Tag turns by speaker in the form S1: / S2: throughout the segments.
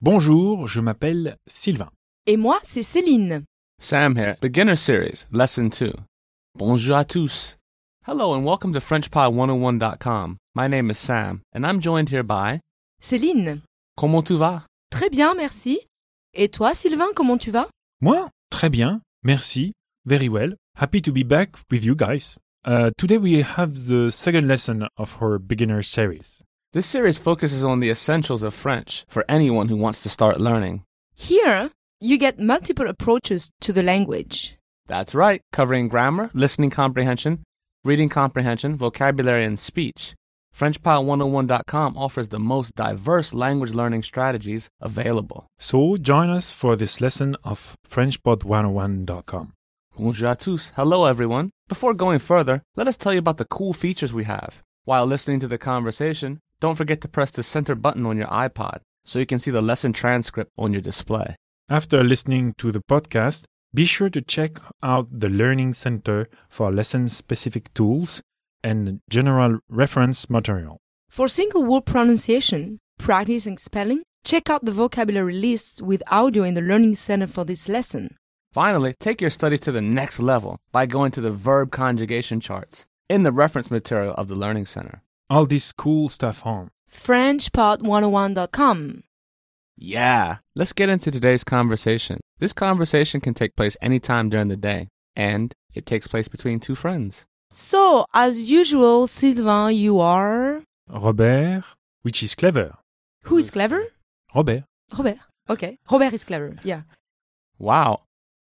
S1: Bonjour, je m'appelle Sylvain.
S2: Et moi, c'est Céline.
S3: Sam here, Beginner Series, Lesson 2. Bonjour à tous. Hello and welcome to FrenchPie101.com. My name is Sam, and I'm joined here by.
S2: Céline.
S3: Comment tu vas?
S2: Très bien, merci. Et toi, Sylvain, comment tu vas
S1: Moi? Très bien. Merci. Very well. Happy to be back with you guys. Uh, today we have the second lesson of our beginner series.
S3: This series focuses on the essentials of French for anyone who wants to start learning.
S2: Here, you get multiple approaches to the language.
S3: That's right, covering grammar, listening comprehension, reading comprehension, vocabulary, and speech. FrenchPile101.com offers the most diverse language learning strategies available.
S1: So join us for this lesson of FrenchPod101.com.
S3: Bonjour à tous. Hello, everyone. Before going further, let us tell you about the cool features we have. While listening to the conversation, don't forget to press the center button on your iPod so you can see the lesson transcript on your display.
S1: After listening to the podcast, be sure to check out the Learning Center for lesson specific tools and general reference material.
S2: For single word pronunciation, practicing spelling, check out the vocabulary lists with audio in the Learning Center for this lesson.
S3: Finally, take your study to the next level by going to the verb conjugation charts in the reference material of the Learning Center.
S1: All this cool stuff on.
S2: FrenchPod101.com.
S3: Yeah, let's get into today's conversation. This conversation can take place anytime during the day, and it takes place between two friends.
S2: So, as usual, Sylvain, you are.
S1: Robert, which is clever.
S2: Who is clever?
S1: Robert.
S2: Robert. Okay. Robert is clever. Yeah.
S3: Wow.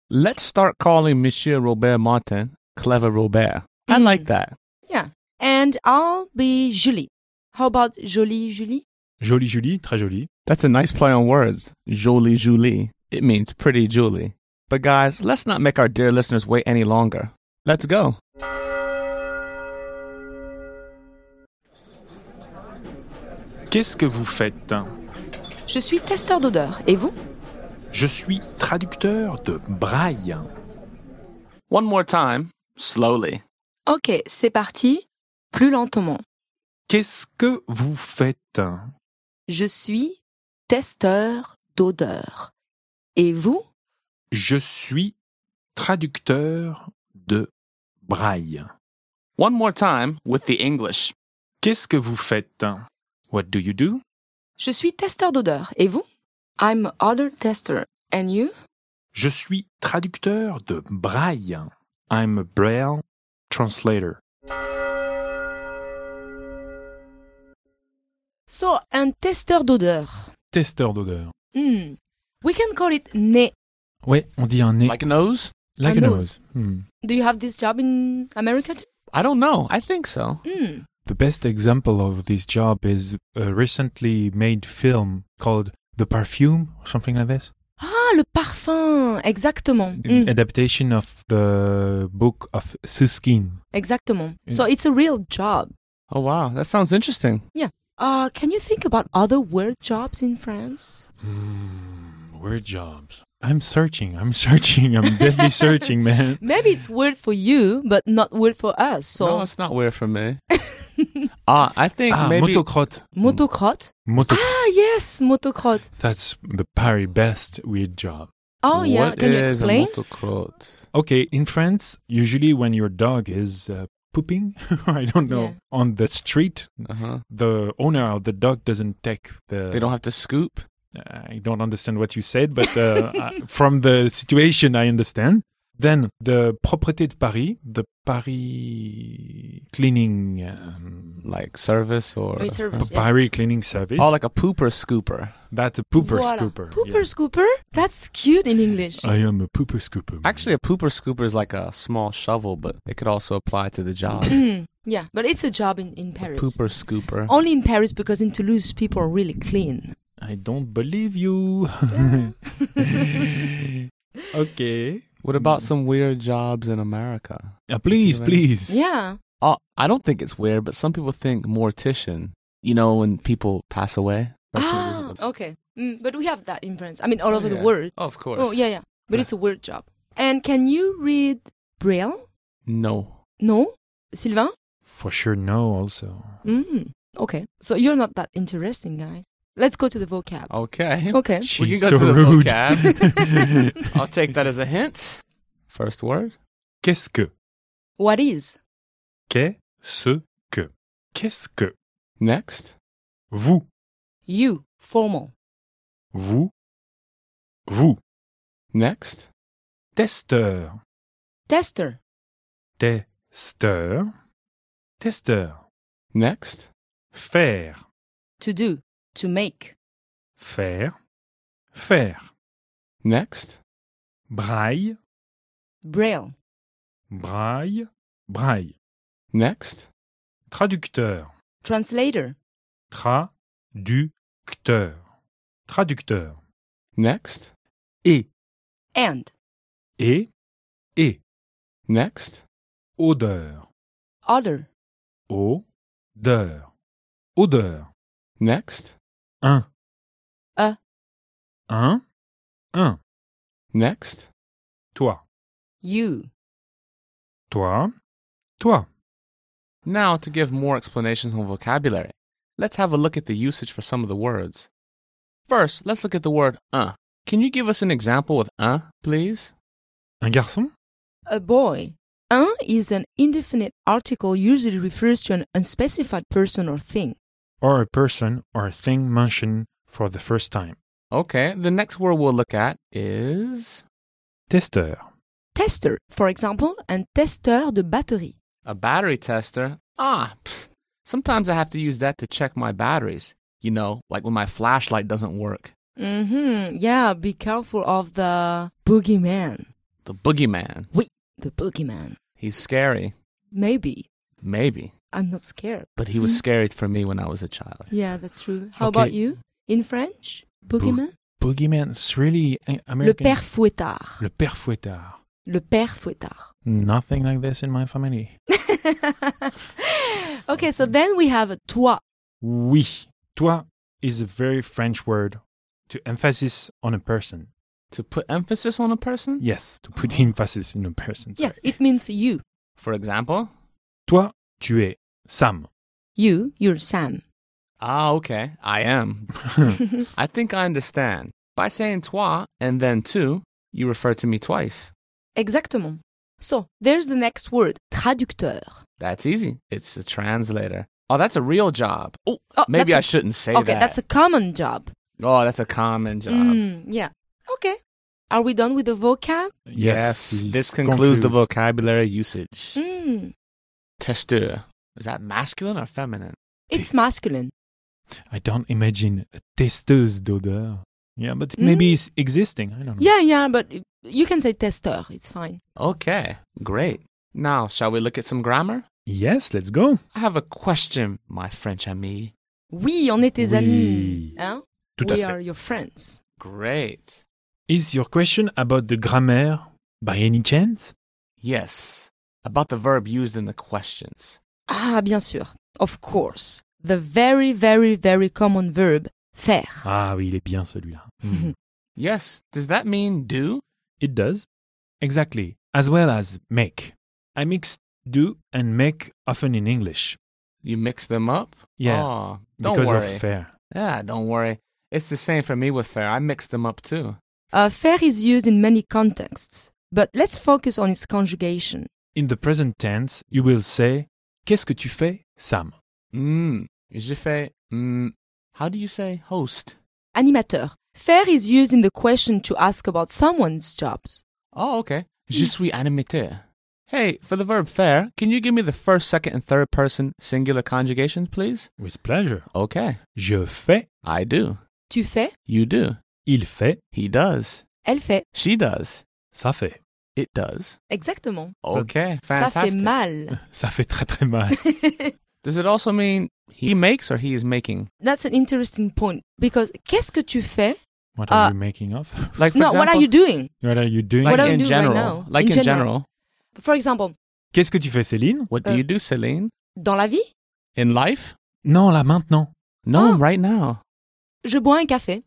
S3: Let's start calling Monsieur Robert Martin Clever Robert. I
S2: Mm.
S3: like that.
S2: Yeah. And I'll be Julie. How about Jolie Julie?
S1: Jolie Julie, très jolie.
S3: That's a nice play on words. Jolie Julie. It means pretty Julie. But guys, let's not make our dear listeners wait any longer. Let's go.
S1: Qu'est-ce que vous faites
S2: Je suis testeur d'odeur. Et vous
S1: Je suis traducteur de braille.
S3: One more time, slowly.
S2: Ok, c'est parti. Plus lentement.
S1: Qu'est-ce que vous faites
S2: Je suis testeur d'odeur. Et vous
S1: Je suis traducteur de braille.
S3: One more time with the English.
S1: Qu'est-ce que vous faites What do you do
S2: Je suis testeur d'odeur. Et vous I'm a odor tester. And you
S1: Je suis traducteur de braille. I'm a braille translator.
S2: So, un testeur d'odeur.
S1: Testeur d'odeur.
S2: Hmm. We can call it nez.
S1: Ouais, on dit un nez.
S3: Like a nose?
S2: Like a nose.
S1: Hmm.
S2: Do you have this job in America? too?
S3: I don't know. I think so.
S2: Hmm.
S1: The best example of this job is a recently made film called The Perfume, or something like this.
S2: Ah, le parfum. Exactement. Hmm.
S3: Mm.
S1: Adaptation of the book of Suskin.
S2: Exactement. So it's a real job.
S3: Oh, wow. That sounds interesting.
S2: Uh, can you think about other weird jobs in France?
S1: Weird jobs. I'm searching. I'm searching. I'm deadly searching, man.
S2: Maybe it's weird for you, but not weird for us.
S3: no,
S2: So,
S3: it's not weird for me. Ah, I think
S1: Ah,
S3: maybe.
S1: motocrotte.
S2: motocrotte.
S1: Moto.
S2: Ah, yes, motocrotte.
S1: That's the very best weird job.
S2: Oh, yeah.
S3: What
S2: Can you
S3: is a
S2: explain?
S3: motocrotte?
S1: Okay, in France, usually when your dog is uh, pooping, I don't know,
S2: Yeah.
S1: on the street,
S3: Uh-huh.
S1: the owner of the dog doesn't take the.
S3: They don't have to scoop.
S1: I don't understand what you said, but uh, I- from the situation, I understand. Then the propriété de Paris, the Paris cleaning, um,
S3: Like service or.
S2: Wait, service, yeah.
S1: Paris cleaning service.
S3: Oh, like a pooper scooper.
S1: That's a pooper
S2: Voilà.
S1: scooper.
S2: Pooper scooper? That's cute in English.
S1: I am a pooper scooper.
S3: Actually, a pooper scooper is like a small shovel, but it could also apply to the job.
S2: Hmm. yeah, but it's a job in, in Paris.
S3: Uh. Pooper scooper.
S2: Only in Paris because in Toulouse people are really clean.
S1: I don't believe you. okay.
S3: What about some weird jobs in America?
S1: Uh, please, please.
S2: Yeah.
S3: Oh, I don't think it's weird, but some people think mortician. You know, when people pass away.
S2: Ah, okay. Mm, but we have that in France. I mean, all over the
S3: Oh, Yeah.
S2: world.
S3: Of course.
S2: Oh, yeah, yeah. But it's a weird job. And can you read Braille?
S3: No.
S2: No? Sylvain?
S1: For sure, no, also.
S2: Mm. Okay. So you're not that interesting guy. Let's go to the vocab.
S3: Okay.
S2: Okay.
S3: We
S1: She's
S3: can go
S1: so
S3: to the
S1: rude.
S3: vocab. I'll take that as a hint. First word.
S1: Qu'est-ce que?
S2: What is?
S1: Qu'est-ce que? Qu'est-ce que?
S3: Next.
S1: Vous,
S2: You. Formal.
S1: vous, vous.
S3: Next.
S1: Testeur,
S2: Tester.
S1: testeur, testeur.
S3: Next.
S1: Faire,
S2: To do. To make.
S1: faire, faire.
S3: Next.
S1: Braille,
S2: Braille.
S1: braille, braille.
S3: Next.
S1: Traducteur,
S2: Translator.
S1: traducteur, traducteur.
S3: Next.
S1: Et,
S2: And.
S1: et, et.
S3: Next.
S1: Odeur,
S2: Other.
S1: odeur, odeur.
S3: Next.
S1: Un,
S2: A.
S1: un, un.
S3: Next.
S1: Toi,
S2: You.
S1: toi, toi.
S3: Now, to give more explanations on vocabulary, let's have a look at the usage for some of the words. First, let's look at the word uh. Can you give us an example with uh, please?
S1: Un garçon,
S2: A boy. Un is an indefinite article usually refers to an unspecified person or thing.
S1: or a person or a thing mentioned for the first time.
S3: Okay, the next word we'll look at is
S1: Testeur,
S2: Tester, for example, un testeur de batterie.
S3: a battery tester. Ah, pfft. sometimes I have to use that to check my batteries. You know, like when my flashlight doesn't work.
S2: Mm-hmm. Yeah, be careful of the boogeyman.
S3: The boogeyman.
S2: Oui, the boogeyman.
S3: He's scary.
S2: Maybe.
S3: Maybe.
S2: I'm not scared.
S3: But he was scary for me when I was a child.
S2: Yeah, that's true. How
S1: Okay.
S2: about you? In French? Boogeyman?
S1: boogeyman, it's really uh,
S2: Le
S1: American.
S2: père fouettard.
S1: Le père fouettard.
S2: Le père fouettard.
S1: Nothing like this in my family.
S2: okay, so then we have a toi.
S1: Oui. Toi is a very French word to emphasis on a person.
S3: To put emphasis on a person?
S1: Yes, to put emphasis in a person.
S2: Yeah,
S1: Sorry.
S2: it means you.
S3: For example?
S1: Toi, tu es Sam.
S2: You, you're Sam.
S3: Ah, okay. I am. I think I understand. By saying toi and then tu, you refer to me twice.
S2: Exactement. So, there's the next word, traducteur.
S3: That's easy. It's a translator. Oh, that's a real job. Oh,
S2: Oh,
S3: maybe
S2: that's
S3: I
S2: a-
S3: shouldn't say
S2: Okay,
S3: that.
S2: that's a common job.
S3: oh, that's a common job.
S2: Mm, yeah. Okay. Are we done with the vocab?
S3: Yes,
S1: please
S3: this concludes the
S1: conclude.
S3: vocabulary usage.
S2: Mm,
S3: Testeur. Is that masculine or feminine?
S2: it's masculine.
S1: I don't imagine a testeuse d'odeur. Yeah, but
S2: Mm.
S1: maybe it's existing. I
S3: Um.
S1: don't know.
S2: Yeah, yeah, but you can say testeur. It's fine.
S3: Okay, great. Now, shall we look at some grammar?
S1: Yes, let's go.
S3: I have a question, my French ami.
S2: Oui, on est tes
S1: Oui.
S2: amis. Hein?
S1: Tout à
S2: We
S1: fait.
S2: are your friends.
S3: Great.
S1: Is your question about the grammar by any chance?
S3: Yes, about the verb used in the questions.
S2: Ah, bien sûr. Of course. The very, very, very common verb faire.
S1: Ah oui, il est bien celui-là. Mm.
S3: Yes, does that mean do?
S1: It does. Exactly. As well as make. I mix do and make often in English.
S3: You mix them up?
S1: Yeah,
S3: Aw, don't
S1: because
S3: worry.
S1: of fair.
S3: yeah, don't worry. It's the same for me with fair. I mix them up too.
S1: Ah.
S2: Uh, faire is used in many contexts, but let's focus on its conjugation.
S1: In the present tense, you will say, Qu'est-ce que tu fais, Sam?
S3: Mm. Je fais mm. How do you say host?
S2: Animateur. Faire is used in the question to ask about someone's jobs.
S3: Oh, okay.
S1: Hmm.
S3: Je suis animateur. Hey, for the verb faire, can you give me the first, second, and third person singular conjugations, please?
S1: With pleasure.
S3: Okay.
S1: Je fais,
S3: I do.
S2: Tu fais,
S3: You do.
S1: il fait,
S3: He does.
S2: elle fait.
S3: She does.
S1: ça fait.
S3: It does.
S2: Exactement.
S3: Okay.
S2: Ça fait
S3: Fantastic.
S2: mal.
S1: Ça fait très très mal.
S3: Does it also mean he makes or he is making?
S2: That's an interesting point because qu'est-ce que tu fais?
S1: What are
S2: Uh,
S3: Ah.
S1: you making of?
S3: Like for
S2: no,
S3: example,
S2: what are you doing?
S1: What are you doing?
S3: Like
S2: What are you
S3: in
S2: doing right
S3: general,
S2: now?
S3: like
S2: In
S3: in,
S2: general.
S3: general.
S2: For example,
S1: Qu'est-ce que tu fais, Céline?
S3: What
S2: Uh,
S3: do you do, Celine?
S2: dans la vie,
S3: In life?
S1: Non, là maintenant.
S3: No,
S2: Oh.
S3: right now.
S2: je bois un café.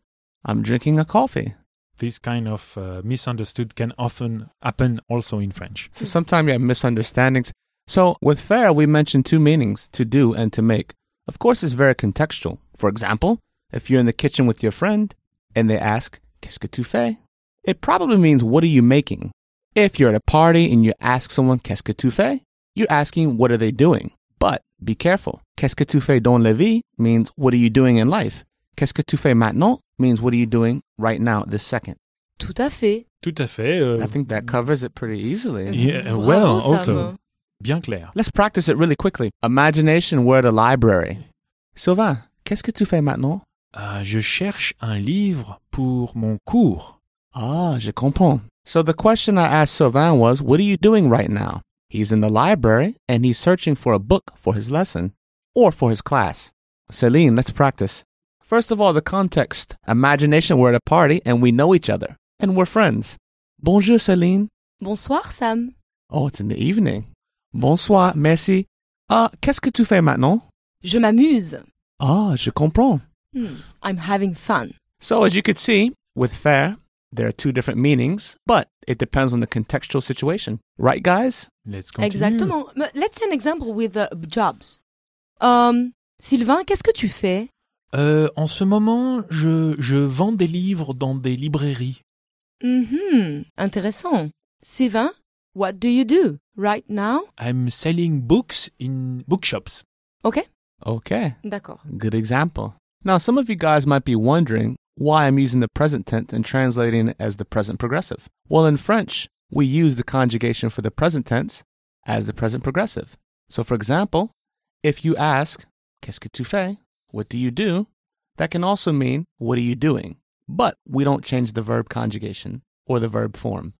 S3: I'm drinking a coffee.
S1: This kind of uh, misunderstood can often happen also in French.
S3: So sometimes you have misunderstandings. So with fair, we mentioned two meanings: to do and to make. Of course, it's very contextual. For example, If you're in the kitchen with your friend and they ask, Qu'est-ce que tu fais? It probably means, What are you making? If you're at a party and you ask someone, Qu'est-ce que tu fais? You're asking, What are they doing? But be careful. Qu'est-ce que tu fais dans la vie means, What are you doing in life? Qu'est-ce que tu fais maintenant means, What are you doing right now, this second?
S2: Tout à fait.
S1: Tout à fait. euh,
S3: I think that covers it pretty easily.
S1: Yeah,
S2: Bravo,
S1: well,
S2: Sam.
S1: also. bien clair.
S3: Let's practice it really quickly. Imagination word a library. Sylvain, qu'est-ce que tu fais maintenant?
S1: Ah, je cherche un livre pour mon cours.
S3: Ah, je comprends. So the question I asked Sylvain was, what are you doing right now? He's in the library and he's searching for a book for his lesson or for his class. Celine, let's practice. First of all, the context. Imagination, we're at a party and we know each other and we're friends. Bonjour, Celine.
S2: Bonsoir, Sam.
S3: Oh, it's in the evening. Bonsoir, merci. Ah, qu'est-ce que tu fais maintenant?
S2: Je m'amuse.
S3: Ah, je comprends.
S2: Hmm. I'm having fun.
S3: So, as you could see, with fair, there are two different meanings, but it depends on the contextual situation. Right, guys?
S1: Let's continue.
S2: Exactement. Mais Let's see an example with uh, jobs. Um, Sylvain, qu'est-ce que tu fais
S1: Euh, en ce moment, je, je vends des livres dans des librairies.
S2: Mhm, Intéressant. Sylvain, what do you do right now
S1: I'm selling books in bookshops.
S2: Ok,
S3: Okay,
S2: d'accord.
S3: good example. Now, some of you guys might be wondering why I'm using the present tense and translating it as the present progressive. Well, in French, we use the conjugation for the present tense as the present progressive. So, for example, if you ask, Qu'est-ce que tu fais? What do you do? That can also mean, What are you doing? But we don't change the verb conjugation or the verb form.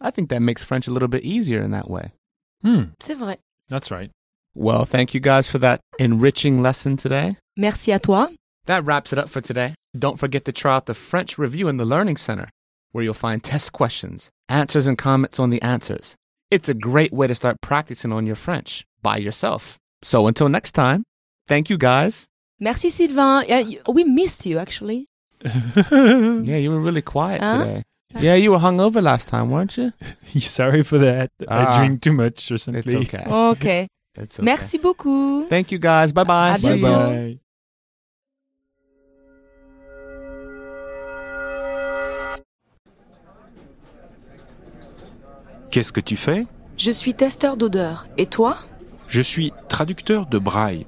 S3: I think that makes French a little bit easier in that way.
S1: Hmm,
S2: C'est vrai.
S1: that's right.
S3: Well, thank you guys for that enriching lesson today.
S2: Merci à toi.
S3: That wraps it up for today. Don't forget to try out the French Review in the Learning Center, where you'll find test questions, answers, and comments on the answers. It's a great way to start practicing on your French by yourself. So until next time, thank you guys.
S2: Merci Sylvain. Yeah, you- we missed you actually.
S3: Yeah, you were really quiet
S2: Huh?
S3: today. Yeah, you were hungover last time, weren't you?
S1: Sorry for that. I
S3: Ah.
S1: drink too much recently.
S3: It's okay.
S2: Ok.
S3: It's okay.
S2: Merci beaucoup.
S3: Thank you guys. Bye bye.
S2: À
S1: Bye
S2: bientôt.
S1: bye. Qu'est-ce que tu fais
S4: Je suis testeur d'odeur. Et toi
S1: Je suis traducteur de braille.